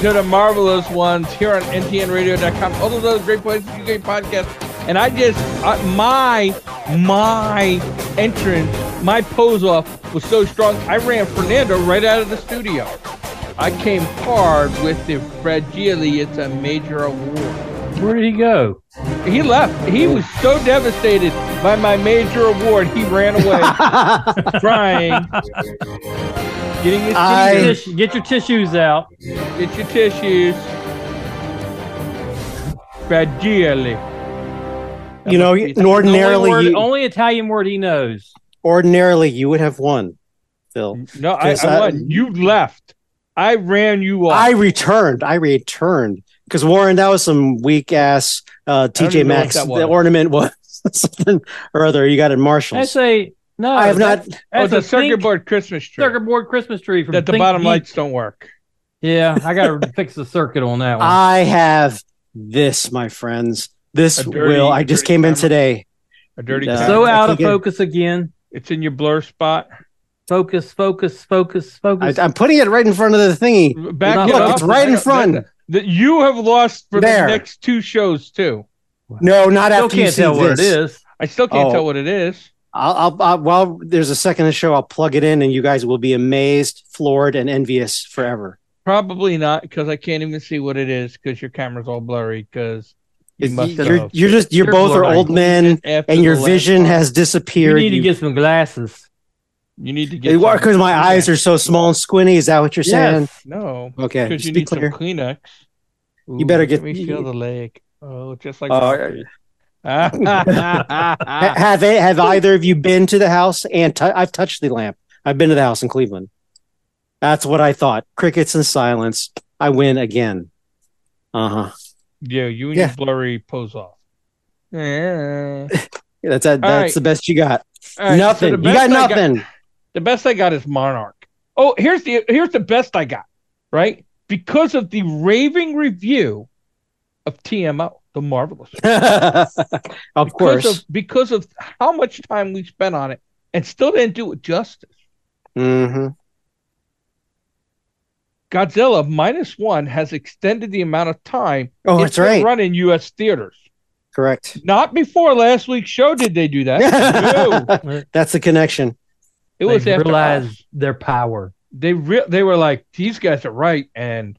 to the Marvelous Ones here on ntnradio.com. All those other great places, you great podcasts. And I just, uh, my, my entrance, my pose off was so strong, I ran Fernando right out of the studio. I came hard with the Fragile, it's a major award. Where did he go? He left. He was so devastated by my major award, he ran away crying. Getting his Get your I- tish- Get your tissues out. Get your tissues. Fragile. You know, That must be- and ordinarily, only, word- you, only Italian word he knows. ordinarily you would have won, Phil. No, I, Because I I- won. You left. I ran you off. I returned. I returned because Warren, that was some weak ass uh, don't TJ even know what Maxx. that was. The ornament was something or other. You got it, Marshalls. That's a no. I have not. oh, That's the a circuit think- board Christmas tree. circuit board Christmas tree from that the Think bottom Geek. lights don't work. Yeah, I got to fix the circuit on that one. I have this, my friends. This A dirty- will. I just dirty came in camera. today. A dirty No. cat. so uh, I out of think it- focus again. it's in your blur spot. Focus, focus, focus, I, focus. I'm putting it right in front of the thingy. Back Look, it up. it's right in That- front. That, that you have lost for There. the next two shows too. No, not Still after you can't see tell this. where it is. I still can't Oh. tell what it is. I'll, I'll, I'll while there's a second to show, I'll plug it in, and you guys will be amazed, floored, and envious forever. Probably not because I can't even see what it is because your camera's all blurry. Because you must You're, have. you're just you're You're both are blind. old men, After and your the last vision one. has You disappeared. need to get some glasses. You need to get because my Yeah. eyes are so small and squinty. Is that what you're saying? Yes. no. Okay, Because you just be need clear. some Kleenex. Ooh, better let get- me feel the leg. Oh, just like. Uh, Rocky. Ah, Ha- have it, have either of you been to the house and i I've touched the lamp. I've been to the house in Cleveland. That's what I thought. Crickets and silence. I win again. Uh huh. yeah, you and Yeah. your blurry pose off. Yeah. That's that, All that's right. the best you got. All right, so nothing. the you best got I nothing. The best I got is Monarch. Oh, here's the here's the best I got, right? Because of the raving review of TMO, the marvelous. of because course. of because of how much time we spent on it and still didn't do it justice. Mhm. Godzilla minus one has extended the amount of time Oh, that's right. run in U.S. theaters. Correct. Not before last week's show did they do that. No. that's the connection. It was they after realize us. their power. they re- they were like these guys are right and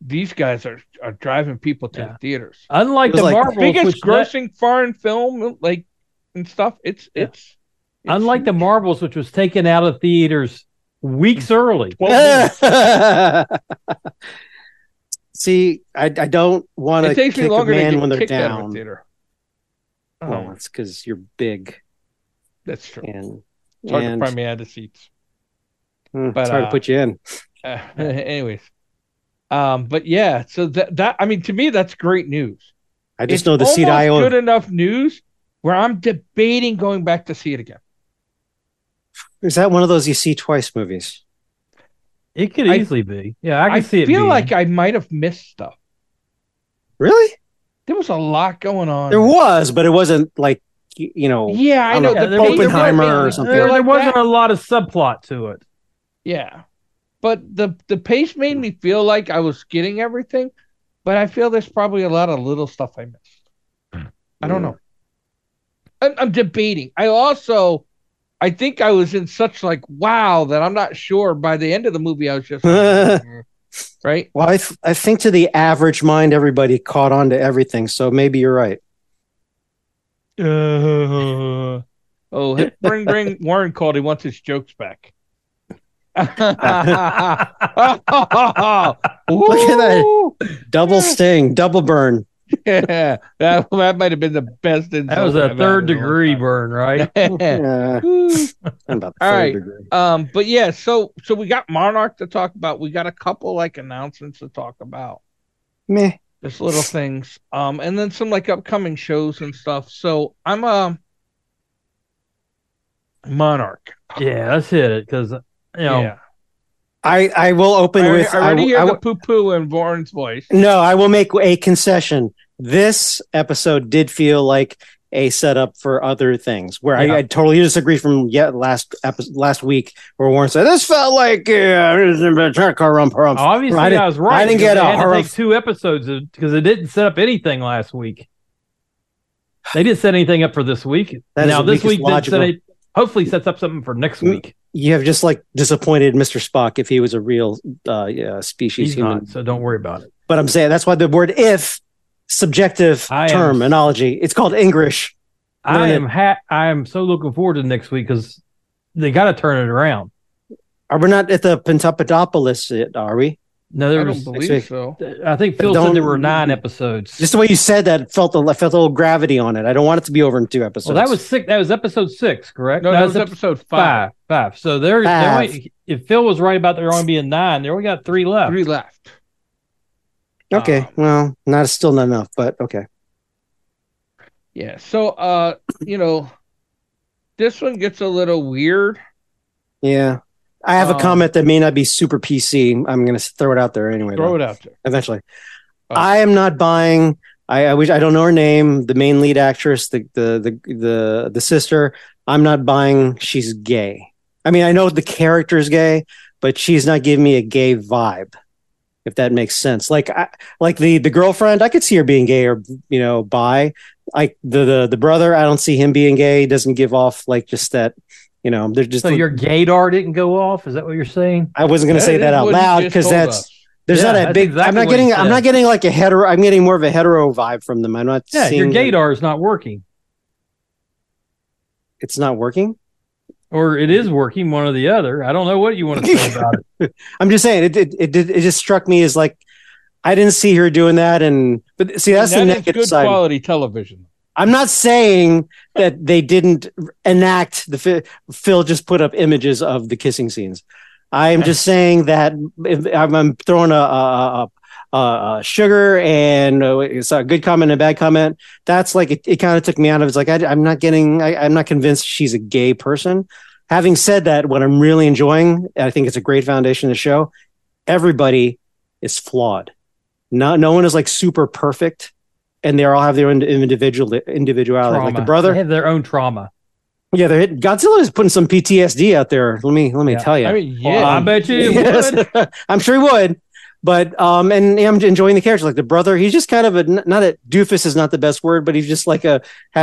these guys are are driving people to Yeah. the theaters. Unlike It was the like the Marvels, Biggest which let- grossing foreign film like and stuff. It's Yeah. it's, it's unlike the Marvels, which was taken out of theaters weeks early. See, I, I don't want it to takes kick me a longer to man get when they're kicked out of a down. theater. Oh, Well, it's because you're big that's true. and, It's hard to and- find me out of seats. mm, but, it's hard uh, to put you in. Uh, anyways, um, but yeah, so that that I mean to me that's great news. I just It's know the seat I almost own. Good enough news where I'm debating going back to see it again. Is that one of those you see twice movies? It could I- easily be. Yeah, I can see it. feel being. like I might have missed stuff. Really? There was a lot going on. There was, but it wasn't like y- you know. Uh-huh. Yeah, I I know don't know, the there was- pace- Oh, Oppenheimer or yeah, something. there, like there wasn't that. a lot of subplot to it. Yeah, but the the pace made me feel like I was getting everything, but I feel there's probably a lot of little stuff I missed. I Hmm. don't know. I'm, I'm debating. I also, I think I was in such like wow that I'm not sure. By the end of the movie, I was just like, right. Well, I, th- I think to the average mind, everybody caught on to everything. So maybe you're right. Uh, oh, hey, bring bring Warren called. He wants his jokes back. Look at that. Double sting, double burn. Yeah, that, that might have been the best. That was a third degree burn, right? Uh, about the All third right. degree. um, but yeah, so so we got Monarch to talk about. We got a couple like announcements to talk about. Meh. Just little things. Um, and then some like upcoming shows and stuff. So I'm a Monarch. yeah, let's hit it because you know Yeah. I, I will open I, with I already I, hear I- the poo poo in Warren's voice. no I will make a concession. This episode did feel like a setup for other things. Where Yeah. I, I totally disagree from yet last episode, last week, where Warren said this felt like uh, rump, rump. Obviously, I I, didn't- was right. I didn't because get they a had to horror- take two episodes because it didn't set up anything last week. They didn't set anything up for this week. That is now the this weakest week, did set logical- it, hopefully, sets up something for next Mm, week. you have just like disappointed Mr. Spock if he was a real uh, yeah, species He's human. not, so don't worry about it. But I'm saying that's why the word "if" subjective I am- terminology. It's called English. I Learn am ha- I am so looking forward to next week because they got to turn it around. Are we not at the Pentapodopoulos yet? Are we? No, I there don't was. believe week. so. I think Phil Don't- said there were nine episodes. Just the way you said that felt the felt a little gravity on it. I don't want it to be over in two episodes. well, that was six. That was episode six, correct? No, that was ep- episode five. five. Five. So there. there Five. only- if Phil was right about there only being nine, there we got three left. Three left. okay. uh, um, well, not still not enough, but okay. Yeah. So, uh, you know, this one gets a little weird. Yeah, I Uh, have a Um, comment that may not be super PC. I'm gonna throw it out there anyway. Throw though, it out there. eventually. Oh. I am not buying. I, I wish I don't know her name. The main lead actress, the the the the the sister. I'm not buying. She's gay. I mean, I know the character's gay, but she's not giving me a gay vibe. If that makes sense, like I, like the the girlfriend, I could see her being gay or you know bi. Like the the the brother, I don't see him being gay. He Doesn't give off like just that. You know, they're just. So your gaydar didn't go off? Is that what you're saying? I wasn't gonna say is that out what you loud just because told that's us. there's Yeah, not a that's big. exactly I'm not what he getting. I'm said. not getting like a hetero. I'm getting more of a hetero vibe from them. I'm not. Yeah, your seeing that gaydar is not working, It's not working. or it is working, one or the other. I don't know what you want to say about it. I'm just saying. It it it, did- it just struck me as like I didn't see her doing that. And but see, that's And the that is negative good side. quality television. I'm not saying that they didn't enact the fi- Phil just put up images of the kissing scenes. I'm just saying that if, I'm, I'm throwing a, a, a, a, a sugar and uh, it's a good comment and a bad comment. That's like it, it kind of took me out of. It's like I, am not getting. I, I'm not convinced she's a gay person. Having said that, what I'm really enjoying, and I think it's a great foundation to show. Everybody is flawed. Not no one is like super perfect, and they all have their own individual individuality. Oh, Like the Trauma. brother, they have their own trauma. yeah, they're hitting, Godzilla is putting some PTSD out there. Let me let me Yeah. tell you. I mean, yeah. Well, I bet you it Yes. would. I'm sure he would. But um, and I'm enjoying the character. Like the brother, he's just kind of a not a doofus is not the best word, but he's just like a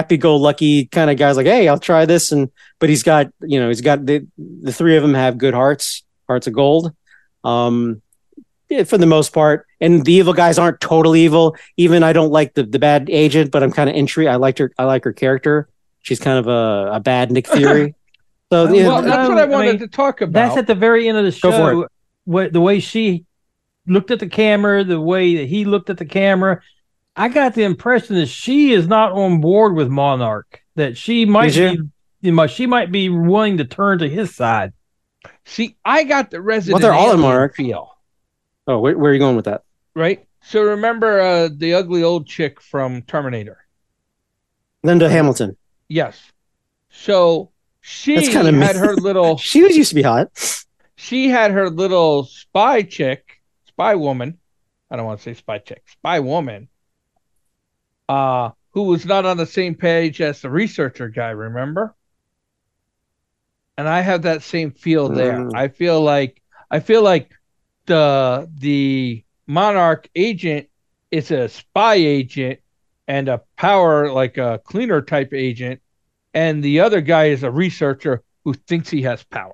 happy-go-lucky kind of guy's. Like, hey, I'll try this, and but he's got you know he's got the the three of them have good hearts, hearts of gold. Um, yeah, for the most part, and the evil guys aren't totally evil. Even I don't like the the bad agent, but I'm kind of intrigued. I liked her. I like her character. She's kind of a, a bad Nick Fury. So Well, yeah, well, uh that's what I I wanted mean, to talk about. That's at the very end of the Go for show. What the way she looked at the camera, the way that he looked at the camera, I got the impression that she is not on board with Monarch. That she might Did be, you know, she might be willing to turn to his side. See, I got the resident. Well, they're all in Alien Monarch. feel, oh, where, where are you going with that? right? So remember uh, the ugly old chick from Terminator? Linda Hamilton. Yes. So she That's kinda me. had her little. She was used to be hot. She had her little spy chick, spy woman. I don't want to say spy chick, spy woman. Uh, who was not on the same page as the researcher guy? Remember? And I have that same feel there. Mm. I feel like I feel like the the monarch agent is a spy agent and a power like a cleaner type agent and the other guy is a researcher who thinks he has power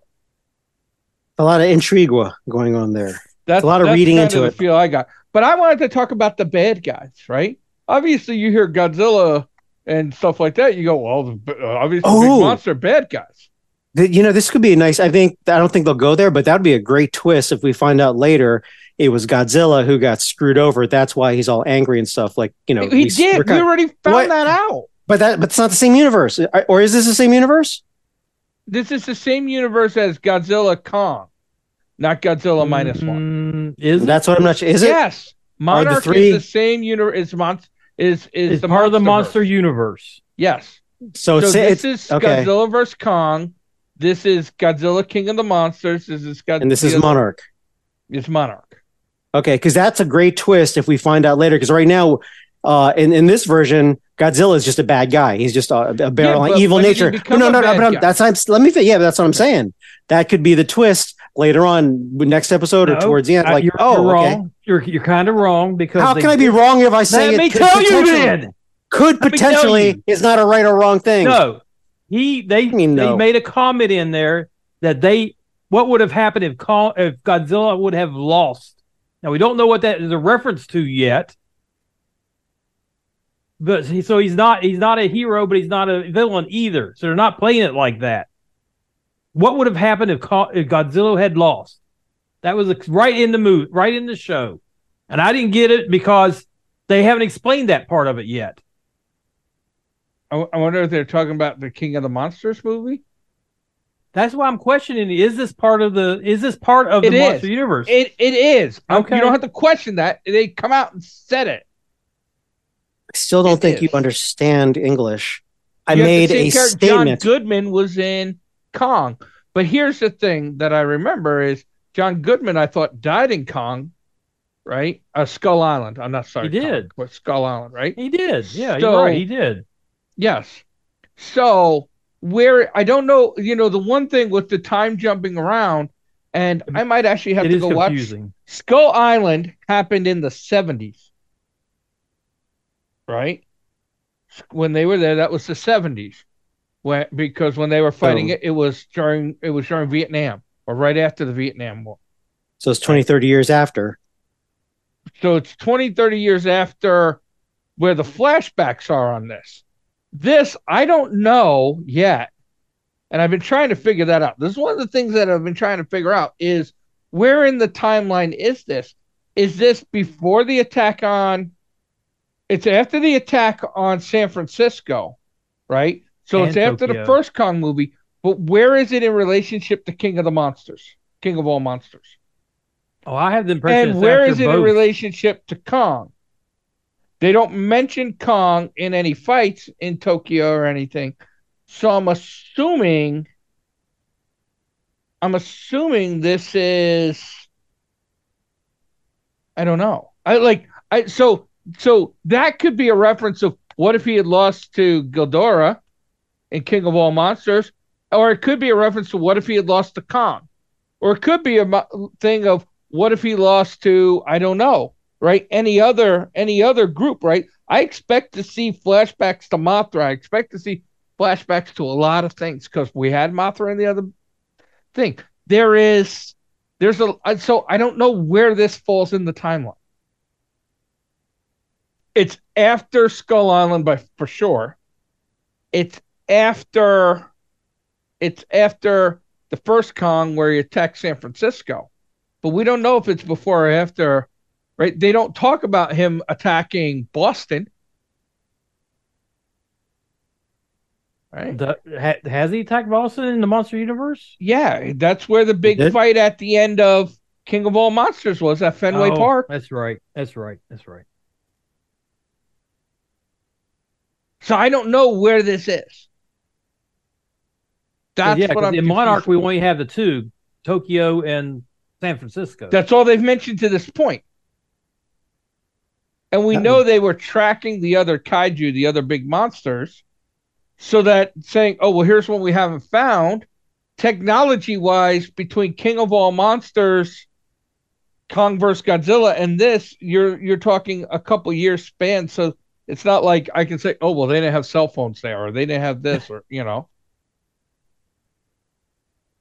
A lot of intrigue going on there. that's a lot of that's reading kind into the it. feel i got but i wanted to talk about the bad guys right obviously you hear godzilla and stuff like that you go well the b- uh, obviously big Oh. monster bad guys Th- You know, this could be a nice. I think I don't think they'll go there, but that'd be a great twist if we find out later it was Godzilla who got screwed over. That's why he's all angry and stuff. Like you know, he we- we're did we kind- already found What? that out but that but it's not the same universe, I- or is this the same universe? this is the same universe as godzilla kong not godzilla minus one Mm, Is That's what I'm not. sure. Mm-hmm. Is it? yes, Monarch three- is the same universe. Is mon- is is, is the part of the monster? monster universe. Yes. So, so it's, this Oh, it's is okay. Godzilla vs Kong. This is Godzilla King of the Monsters. This is Godzilla. and this is Monarch. It's Monarch. Okay, because that's a great twist if we find out later. Because right now, uh, in in this version, Godzilla is just a bad guy. He's just a, a barrel Yeah, on but evil when you nature. No, become no, a no, no, bad but guy- that's I'm, let me. fi- Yeah, but that's what I'm saying. That could be the twist later on, next episode or No, towards the end. Uh, Like, you're, oh, you're wrong. okay. You're you're kind of wrong because How they can I be did- wrong if I say Let it me could tell you potentially- then. Could Let me tell potentially you. is not a right or wrong thing. No, he they I mean, they no. made a comment in there that they what would have happened if Con- if Godzilla would have lost. Now we don't know what that is a reference to yet. But he, so he's not he's not a hero, but he's not a villain either. So they're not playing it like that. What would have happened if, Co- if Godzilla had lost? That was a, right in the move, right in the show, and I didn't get it because they haven't explained that part of it yet. I, I wonder if they're talking about the King of the Monsters movie. That's why I'm questioning: is this part of the is this part of the It is. monster universe? It it is. Okay. Okay. You don't have to question that. They come out and said it. I still don't It think you is. understand English. I You have the made same a character- statement. John Goodman was in Kong, but here's the thing that I remember is John Goodman. I thought died in Kong, right? Uh, Skull Island. I'm not sorry. He Kong, did. but Skull Island, right? He did, yeah, So- you're right, he did. Yes. So where I don't know, you know, the one thing with the time jumping around, and I might actually have It to is go watch confusing. Skull Island happened in the 70s. Right? When they were there, that was the 70s. When, because when they were fighting Oh. it, it was during it was during Vietnam or right after the Vietnam War. So it's 20, 30 years after. So it's 20, 30 years after where the flashbacks are on this. This, I don't know yet. And I've been trying to figure that out. This is one of the things that I've been trying to figure out is where in the timeline is this? Is this before the attack on it's after the attack on San Francisco, right? So it's And after Tokyo. the first Kong movie, but where is it in relationship to King of the Monsters? King of all monsters Oh, I have the impression. and it's where after is it in both. relationship to Kong? They don't mention Kong in any fights in Tokyo or anything. So I'm assuming I'm assuming this is I don't know. I like I so so that could be a reference of what if he had lost to Gildora in King of All Monsters or it could be a reference to what if he had lost to Kong or it could be a mo- thing of what if he lost to i don't know right any other any other group right i expect to see flashbacks to mothra i expect to see flashbacks to a lot of things because we had mothra in the other thing there is there's a I- so i don't know where this falls in the timeline it's after skull island by for sure it's after it's after the first Kong where he attacked San Francisco. But we don't know if it's before or after, right? They don't talk about him attacking Boston. Right? The- ha- has he attacked Boston in the monster universe? Yeah, that's where the big did? fight at the end of King of All Monsters was at Fenway Oh, Park. That's right. That's right. That's right. So I don't know where this is. That's yeah, what 'cause I'm in Monarch confused we with. only have the two, Tokyo and San Francisco. That's all they've mentioned to this point. And we Uh-oh. know they were tracking the other kaiju, the other big monsters, so that saying, oh, well, here's one we haven't found. Technology wise, between King of All Monsters, Kong vs. Godzilla, and this, you're you're talking a couple years span. So it's not like I can say, oh, well, they didn't have cell phones there, or they didn't have this, or you know.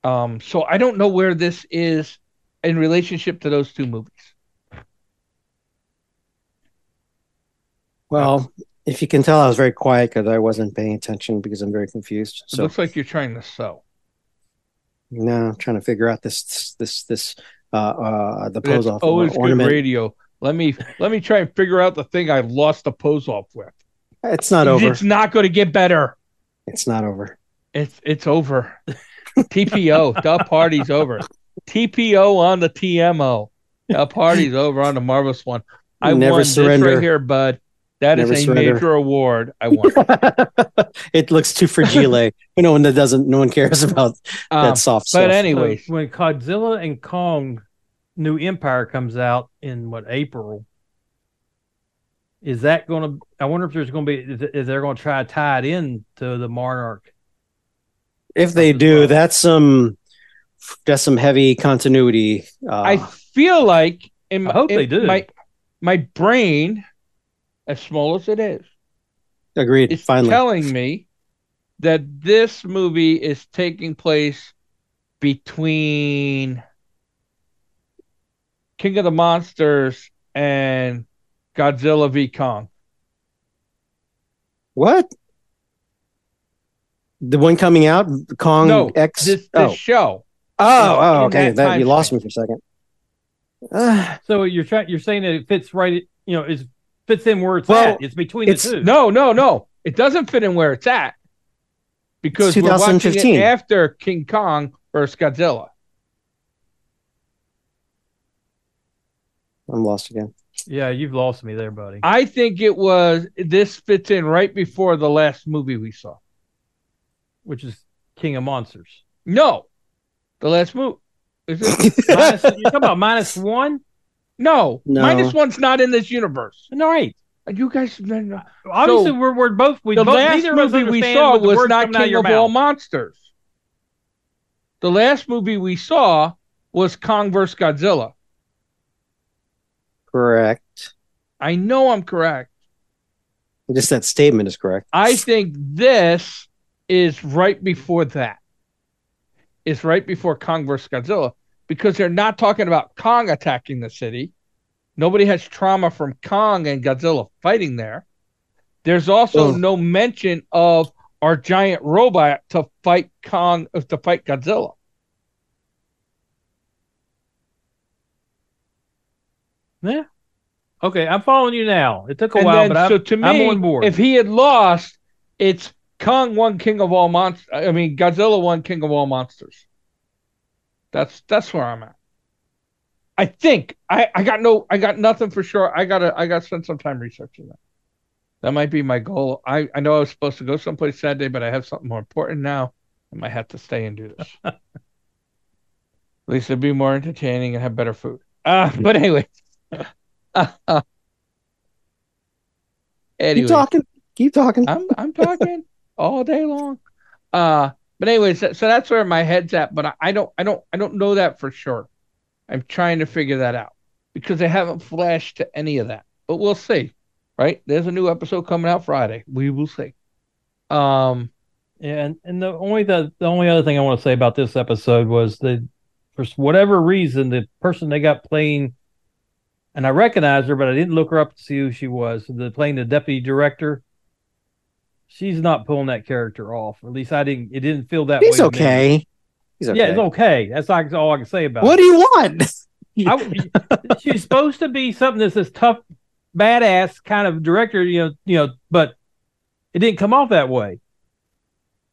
Um, so I don't know where this is in relationship to those two movies. Well, Uh, if you can tell, I was very quiet because I wasn't paying attention because I'm very confused. It So looks like you're trying to sew. now I'm trying to figure out this this this uh uh the pose That's off always good ornament. radio. Let me let me try and figure out the thing I've lost the pose off with. It's not over. It's not going to get better. It's not over. It's it's over. TPO, the party's over. TPO on the TMO. The party's over on the marvelous one. I Never won this surrender. right here, bud. That is Never a surrender. major award I won. it looks too fragile. no one that doesn't. No one cares about Um, that soft but stuff. So anyways, when Godzilla and Kong New Empire comes out in what April, Is that going to? I wonder if there's going to be. Is, is they're going to try to tie it in to the Monarch? If they As do, well. that's some that's some heavy continuity. Uh, I feel like in my, I hope they in do. my my brain, as small as it is, agreed. it's Finally, telling me that this movie is taking place between King of the Monsters and Godzilla v Kong. what? The one coming out, Kong No, X. This, this oh. show. oh, in oh, okay. that That, you time lost frame. me for a second. Ah, So you're trying. You're saying that it fits right. You know, it fits in where it's Well, at. It's between it's- the two. No, no, no. It doesn't fit in where it's at because It's we're watching it 2015. after King Kong versus Godzilla. I'm lost again. Yeah, you've lost me there, buddy. I think it was this fits in right before the last movie we saw. Which is King of Monsters. No, the last movie. Is it? Minus, you're talking about minus one. No, No. minus one's not in this universe. All right. And You guys, the Obviously, we're, we're both. We both, last neither of us movie we understand saw what the was words not coming out King your of mouth. All Monsters. The last movie we saw was Kong vs. Godzilla. correct. I know I'm correct. Just that statement is correct. I think this is right before that. It's right before Kong versus Godzilla because they're not talking about Kong attacking the city. Nobody has trauma from Kong and Godzilla fighting there. There's also Ugh. no mention of our giant robot to fight Kong uh, to fight Godzilla. Okay, I'm following you now. It took a And while, then, but I'm, so to me, I'm on board. if he had lost, it's Kong won King of all monsters. I mean, Godzilla won King of all monsters. That's that's where I'm at. I think I, I got no I got nothing for sure. I gotta I gotta spend some time researching that. That might be my goal. I, I know I was supposed to go someplace Saturday, but I have something more important now. I might have to stay and do this. At least it'd be more entertaining and have better food. Uh, but anyway. keep anyway. talking. Keep talking. I'm I'm talking all day long. Uh but anyways, so, so that's where my head's at, but I, I don't I don't I don't know that for sure. I'm trying to figure that out because they haven't flashed to any of that. But we'll see. Right? There's a new episode coming out Friday. We will see. Um Yeah, and, and the only the, the only other thing I want to say about this episode was that for s- whatever reason the person they got playing and I recognized her, but I didn't look her up to see who she was. The playing the deputy director, she's not pulling that character off. At least I didn't. It didn't feel that. He's way to me. okay. He's okay. Yeah, it's okay. That's like all I can say about it. What do you want? I, she's supposed to be something that's this tough, badass kind of director, you know, you know, but it didn't come off that way.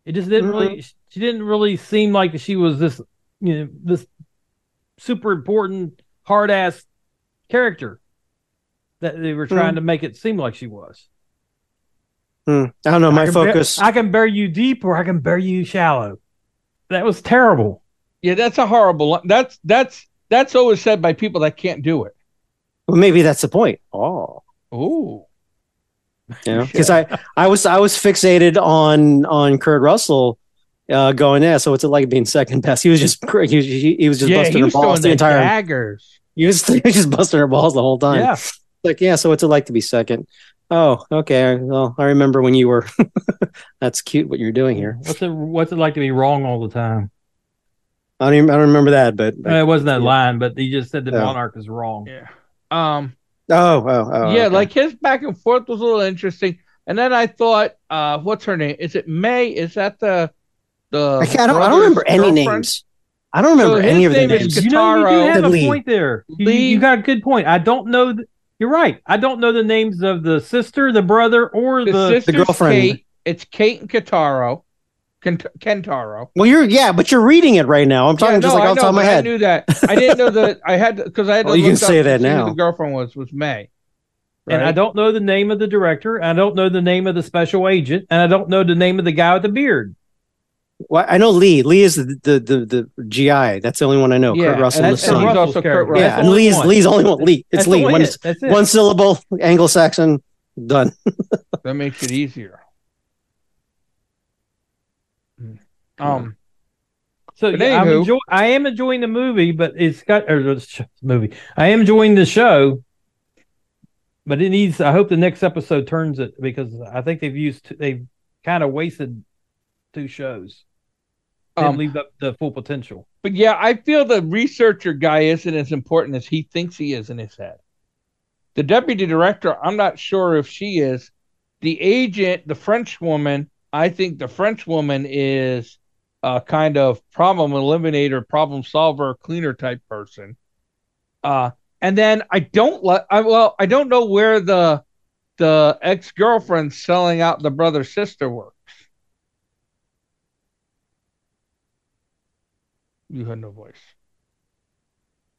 It just didn't really. She didn't really seem like she was this, you know, this super important hard ass character that they were trying to make it seem like she was. Hmm. I don't know. I My can bur- focus. I can bury you deep, or I can bury you shallow. That was terrible. yeah, that's a horrible li- that's that's that's always said by people that can't do it. well, maybe that's the point. Oh, Ooh. because I, I was, I was fixated on on Kurt Russell uh, going there. So what's it like being second best? He was just, cr- he, was- he, he was just yeah, busting he was her throwing balls the the entire. daggers. He was, he was just busting her balls the whole time. Yeah, Like, yeah. So what's it like to be second? Oh, okay. Well, I remember when you were. that's cute. What you're doing here. What's it? What's it like to be wrong all the time? I don't, even, I don't remember that. But Uh, it wasn't that yeah. line, but he just said the No. monarch is wrong. Yeah. Um oh, oh, oh. yeah, okay. like his back and forth was a little interesting. And then I thought, uh, what's her name? Is it May? Is that the the? I, can't- I don't, I don't brother's remember any uh, girlfriend? names. I don't remember So his any of the name is names. You know, you do Taro. have Lee. a point there. You, you- Lee. you got a good point. I don't know. Th- you're right. I don't know the names of the sister, the brother, or The, the. sister's girlfriend. Kate. It's Kate and Kataro, Kent- Kentaro. Well, you're yeah, but you're reading it right now. I'm talking Yeah, just no, like I off know, the top of my but I head. knew that. I didn't know that. I had because I had. To Well, you look can say up to that see who now. The girlfriend was was May. and I right? don't know the name of the director. I don't know the name of the special agent, and I don't know the name of the guy with the beard. Well, I know Lee. Lee is the the the, the GI. That's the only one I know. Yeah, Kurt Russell and and his that's son. the Russell's also Kurt character. Russell. yeah, That's the and only Lee's one. Lee's the only one. Lee. It's That's Lee. the One, one. s- That's it. one syllable, Anglo-Saxon. Done. That makes it easier. Um, So But yeah, I'm anywho. enjoy- I am enjoying the movie, but it's got or the sh- movie. I am enjoying the show, but it needs. I hope the next episode turns it because I think they've used t- they've kind of wasted two shows. Didn't um, leave up the full potential. but yeah, I feel the researcher guy isn't as important as he thinks he is in his head. The deputy director, I'm not sure if she is. The agent, the French woman, I think the French woman is a kind of problem eliminator, problem solver, cleaner type person. Uh, and then I don't let I well, I don't know where the the ex girlfriend selling out the brother sister works. You had no voice.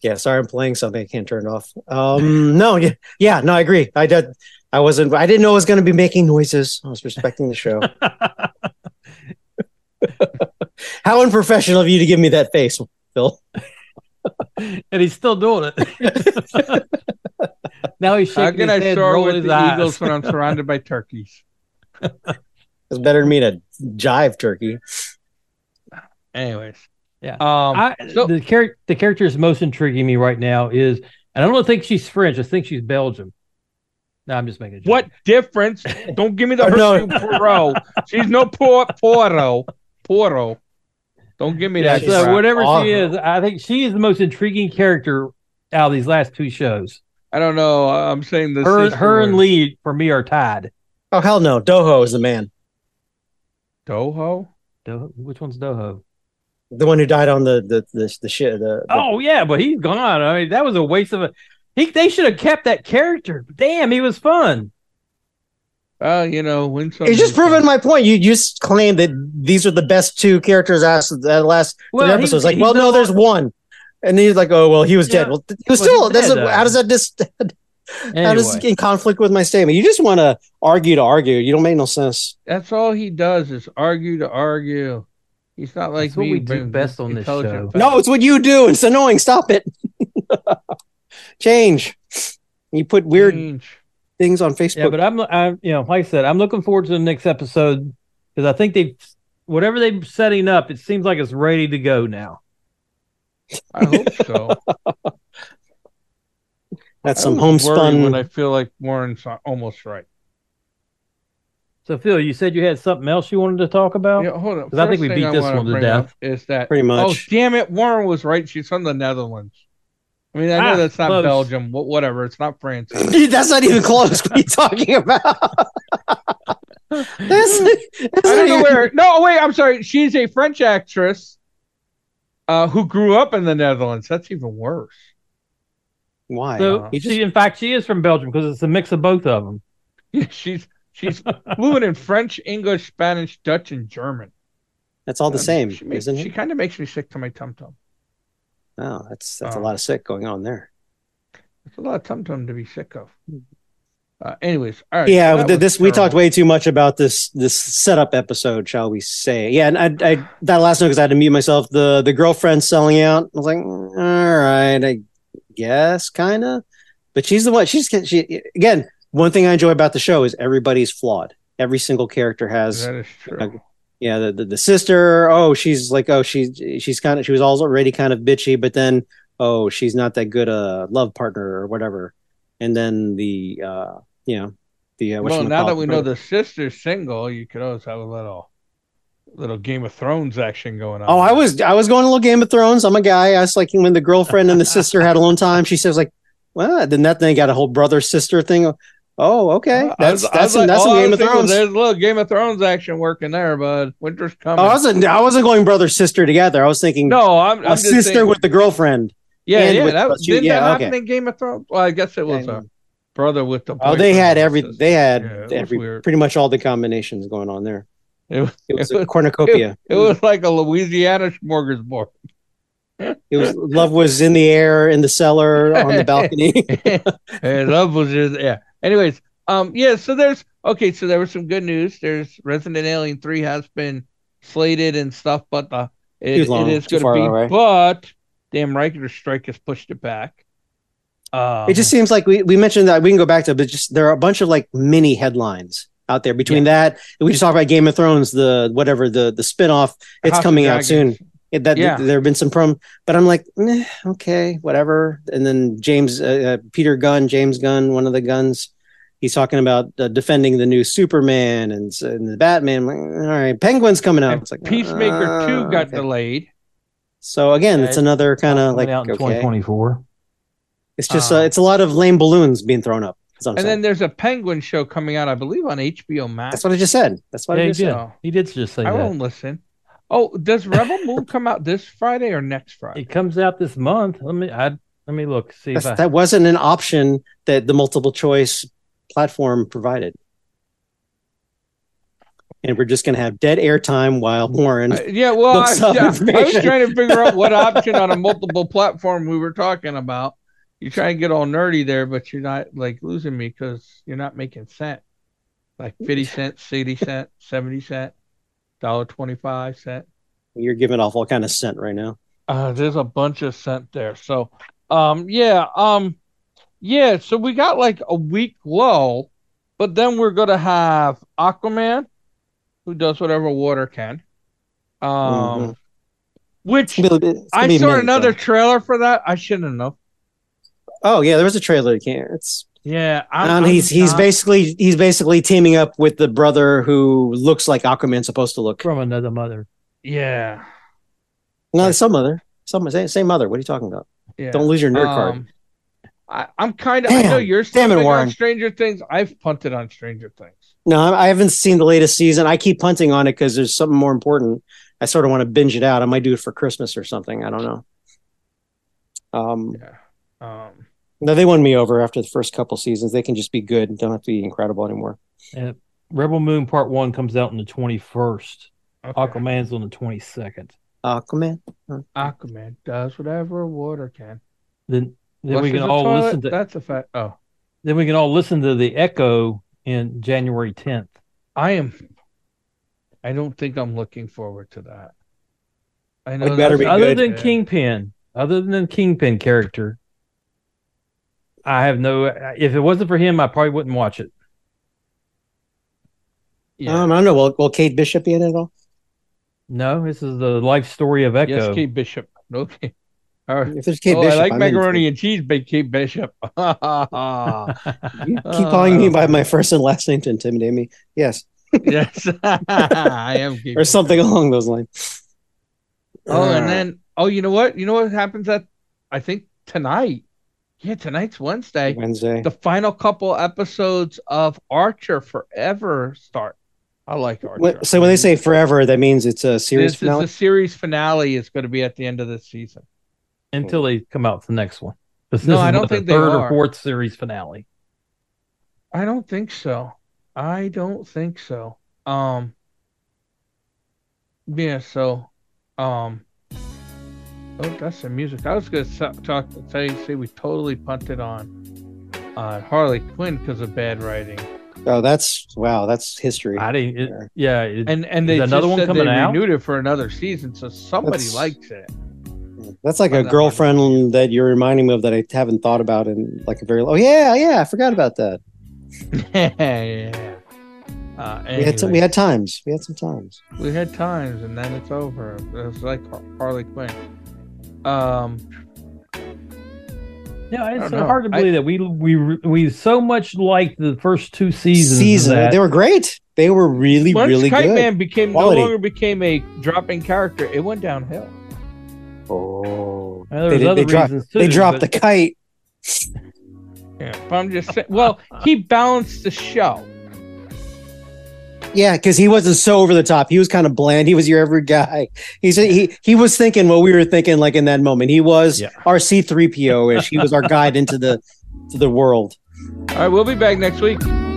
Yeah, sorry, I'm playing something I can't turn it off. Um, no, yeah, yeah, no, I agree. I did. I wasn't. I didn't know I was going to be making noises. I was respecting the show. How unprofessional of you to give me that face, Phil. and he's still doing it. now he's shaking How can his I head, soar rolling with his the eyes. eagles when I'm surrounded by turkeys? It's better than me to jive turkey. Anyways, Yeah. Um, I, so- the character the character is most intriguing me right now is, and I don't think she's French. I think she's Belgium. No, I'm just making a joke. what difference? Don't give me the Oh, no. Hercule Poirot. She's no poor Poro. Poro. Don't give me Yeah, that. so crap. whatever Awesome. she is, I think she is the most intriguing character out of these last two shows. I don't know. I'm saying this. Her, her and Lee for me are tied. Oh hell no, Doho is the man, Doho. Do- which one's Doho? the one who died on the the the the, shi the, the Oh yeah, but he's gone. I mean, that was a waste of a. He they should have kept that character. Damn, he was fun. Well, Uh, you know, when Oh. It's just proving my point. You just claim that these are the best two characters out of the last Well, three he- episodes. like, he's well, no, not- there's one, and then he's like, oh, well, he was Yeah. dead. Well, th- he was Well, still. he's that's dead, a- though. how does that dis- how does Anyway, in conflict with my statement? You just want to argue to argue. You don't make no sense. That's all he does is argue to argue. He's not like That's what me, we do bringing best on this intelligent show. facts. No, it's what you do. It's annoying. Stop it. Change. You put weird Change. things on Facebook. yeah, but I'm, I, you know, like I said, I'm looking forward to the next episode because I think they, whatever they're setting up, it seems like it's ready to go now. I hope so. That's some I was worried homespun. When I feel like Warren's almost right. So Phil, you said you had something else you wanted to talk about. Yeah, hold on. 'Cause I think First we thing beat this wanna one to bring death. up Is that Pretty Oh much. damn it! Warren was right. She's from the Netherlands. I mean, I know Ah, that's not close. Belgium. What, whatever. It's not France. That's not even close. What are you talking about? that's, that's I not don't know even- where. No, wait. I'm sorry. She's a French actress uh, who grew up in the Netherlands. That's even worse. Why? So Wow. she, You just- in fact, she is from Belgium because it's a mix of both of them. she's she's fluent in French, English, Spanish, Dutch, and German. That's all the Um, same, She, makes, isn't it? she kind of makes me sick to my tum tum. Oh, that's that's Oh. a lot of sick going on there. It's a lot of tum tum to be sick of. Uh, anyways, all right. yeah, so that but th- was this we talked terrible. way too much about this this setup episode, shall we say? Yeah, and I, I that last note because I had to mute myself. The the girlfriend selling out. I was like, "Mm, all right, I guess, kind of. But she's the one. She's she again. One thing I enjoy about the show is everybody's flawed. Every single character has That is true. yeah the, the, the sister oh she's like oh she's she's kind of she was already kind of bitchy but then oh she's not that good a love partner or whatever and then the uh you know the uh, well, now that we know the the sister's single, you could always have a little little Game of Thrones action going on. oh i was i was going a little game of thrones i'm a guy i was like when the girlfriend and the sister had alone time she says like well then that thing got a whole brother sister thing oh okay Uh, I that's was- I that's was like, that's some all I game was of thinking was thrones There's a little Game of Thrones action working there, bud. Winter's coming. Oh, I wasn't. I wasn't going brother sister together. I was thinking no, I'm, I'm a just sister saying- with the girlfriend. yeah, and yeah. with That, Buster- didn't that yeah, happen okay. in Game of Thrones? Well, I guess it was a brother with the. Oh, they had boyfriend. every. They had Yeah, it was every. weird. Pretty much all the combinations going on there. It was- It was it a was- cornucopia. It was like a Louisiana smorgasbord. It was love was in the air, in the cellar, on the balcony. Hey, love was just yeah. Anyways, um, yeah. So there's okay. So there was some good news. There's Resident Alien Three has been slated and stuff, but the it, Too long, it is too going far to be. away. But damn, writer strike has pushed it back. Um, It just seems like we, we mentioned that we can go back to, it, but just there are a bunch of like mini headlines out there between that. We just talked about Game of Thrones, the whatever the the spinoff. It's House of coming out soon. Dragons. It, that Yeah. there have been some prom, but I'm like, "Meh, okay, whatever. And then James, uh, uh, Peter Gunn, James Gunn, one of the guns, he's talking about uh, defending the new Superman and, s- and the Batman. I'm like, all right, Penguin's coming out. And It's like Peacemaker uh, 2 got okay. delayed. So again, it's Yeah, another kind of coming like out in okay. 2024. It's just uh, Um, it's a lot of lame balloons being thrown up. is what I'm And saying. then there's a Penguin show coming out, I believe, on HBO Max. That's what I just said. That's what Yeah, I he just did. said. Oh. He did just say I that. won't listen. Oh, does Rebel Moon come out this Friday or next Friday? It comes out this month. Let me I, let me look see if That's- I, that wasn't an option that the multiple choice platform provided. And we're just going to have dead air time while Warren. Uh, yeah, well, I, Looks up yeah, I was information. trying to figure out what option on a multiple platform we were talking about. You try and get all nerdy there, but you're not like losing me because you're not making cent. Like 50 cent, 60 cent, 70 cent, dollar 25 cent. You're giving off all kind of scent right now. Uh, there's a bunch of scent there. So, um, yeah, um, yeah. So we got like a week low, but then we're gonna have Aquaman, who does whatever water can. Um, Mhm. which It's gonna be- it's gonna be I a saw minute, another trailer for that. I shouldn't have. though. Oh yeah, there was a trailer. that came- It's Yeah, and he's he's not- basically he's basically teaming up with the brother who looks like Aquaman's supposed to look. from another mother. Yeah, No, some other, some same, same mother. What are you talking about? yeah. Don't lose your nerd card. Um, I, I'm kind of. I know Damn. you're Damn it, still Warren. on Stranger Things. I've punted on Stranger Things. No, I I haven't seen the latest season. I keep punting on it because there's something more important. I sort of want to binge it out. I might do it for Christmas or something. I don't know. Um, Yeah. Um. no, they won me over after the first couple seasons. They can just be good. Don't have to be incredible anymore. Rebel Moon Part One comes out on the 21st. okay. Aquaman's on the 22nd. Aquaman. Aquaman does whatever water can. Then then we Flushes can the all toilet, listen to That's a fact. Oh, then we can all listen to the Echo in January 10th. I am. I don't think I'm looking forward to that. I know. It better that's- be other good. than Kingpin, other than Kingpin character, I have no. If it wasn't for him, I probably wouldn't watch it. Yeah. Um, I don't know. Will, will Kate Bishop be in it at all? No, this is the life story of Echo. yes, Kate Bishop. Okay. All right. If there's Kate oh, Bishop, I like I'm in. macaroni and cheese, but Kate Bishop. yes. You keep calling me Oh. by my first and last name to intimidate me. Yes, I am. Kate or Bishop. something along those lines. Oh, Uh, and then oh, you know what? You know what happens at? I think tonight. Yeah, tonight's Wednesday. Wednesday. the final couple episodes of Archer Forever start. I like Archer. What- so when they say forever, that means it's a series this finale. is the series finale is going to be at the end of this season. until they come out with the next one. This, No, this I is don't what, think the they third or are. fourth series finale. I don't think so. I don't think so. Um Yeah, so um Oh, that's some music. I was going to talk say say we totally punted on on Harley Quinn because of bad writing. oh, that's wow. That's history. I didn't. It, yeah, it, And and they Is another just one said coming they out? renewed it for another season, so somebody That's- likes it. That's like But a that girlfriend that you're reminding me of that I haven't thought about in like a very. Oh yeah, yeah, I forgot about that. yeah. Uh, We had some, we had times. We had some times. we had times, and then it's over. It was like Har- Harley Quinn. Um, yeah, it's don't so know. hard to I- believe that we we we so much liked the first two seasons. of Season. that. They were great. They were really, once really Kite good. Man became Quality. no longer became a dropping character, it went downhill. Oh, And there they, was did- other they dropped. reasons too. They dropped but the kite. Yeah, but I'm just saying. Well, he balanced the show. Yeah, because he wasn't so over the top. He was kind of bland. He was your every guy. He's he he was thinking what we were thinking like in that moment. He was Yeah. our C three PO ish. He was our guide into the to the world. All right, we'll be back next week.